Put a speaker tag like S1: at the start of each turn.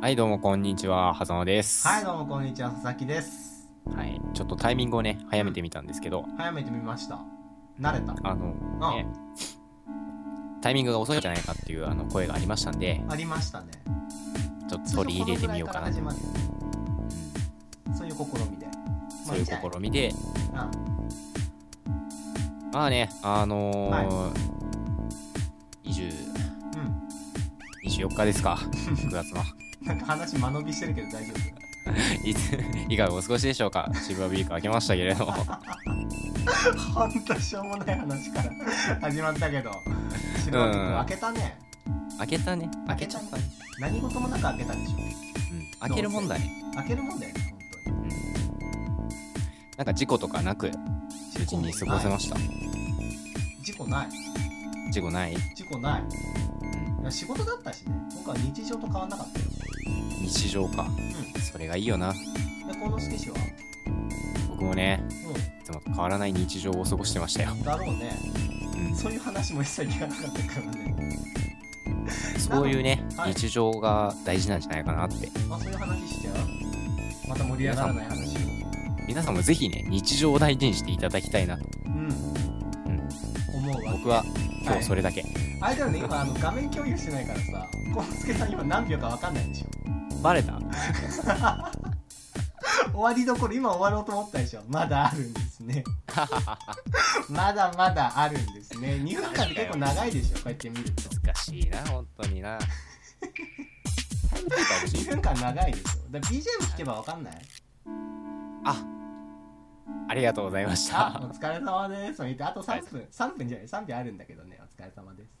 S1: はい、どうもこんにちは、はざのです。
S2: はい、どうもこんにちは、佐々木です。
S1: はいちょっとタイミングをね、早めてみたんですけど、
S2: 早めてみました。慣れた。
S1: あの、ね、タイミングが遅いんじゃないかっていうあの声がありましたんで、
S2: ありましたね。
S1: ちょっと取り入れてみようかなと
S2: 通常このぐらいから始まるよねそういう試みで。
S1: そういう
S2: ま
S1: 試みで、
S2: あ
S1: まあね、あのー20
S2: うん。うん
S1: 24日ですか、9月 の。
S2: なんか話間延びしてるけど大丈
S1: いつ、いかがお過ごしでしょうかシルバーウィーク明けましたけれ ども。
S2: 夫。ほんとしょうもない話から始まったけど。白川君、開けたね。
S1: 明けたね。
S2: 明けちゃった
S1: ね。
S2: 何事もなく開けたでしょ。
S1: うん。明けるもんだね。
S2: 開けるもんだよね、ほんと
S1: なんか事故とかなく、
S2: に。
S1: 無事に過ごせました。
S2: 事故ない。
S1: 事故ない
S2: 事故ない。いや仕事だったしね。僕は日常と変わんなかったよ。
S1: 日常か。
S2: う
S1: それがいいよな。
S2: ん。で、この氏は、
S1: 僕もね、
S2: うん。
S1: いつもと変わらない日常を過ごしてましたよ。
S2: だろうね
S1: うん
S2: そういう話も一切聞かなかったからね
S1: そういうね、
S2: はい
S1: 日常が大事なんじゃないかなって。
S2: まあそういう話しちゃうまた盛り上がらない話を
S1: 皆さんもぜひね、日常を大事にしていただきたいなと。
S2: うん
S1: うん、
S2: 思うわ
S1: 僕は今
S2: は
S1: 日
S2: い
S1: それだけ。
S2: あれだよね今あの画面共有してないからさコウスケさん今何秒か分かんないでしょ
S1: バレた
S2: 終わりどころ今終わろうと思ったでしょまだあるんです ねまだまだあるんですね2分間って結構長いでしょこうやって見ると
S1: 難しいな、本当に な。タイムキーパー欲しい
S2: 2分間長いでしょだから BGM 聞けば分かんない
S1: あ、ありがとうございまし
S2: あ
S1: た。
S2: お疲れ様です見てあと3分3分じゃない3秒あるんだけどねお疲れ様です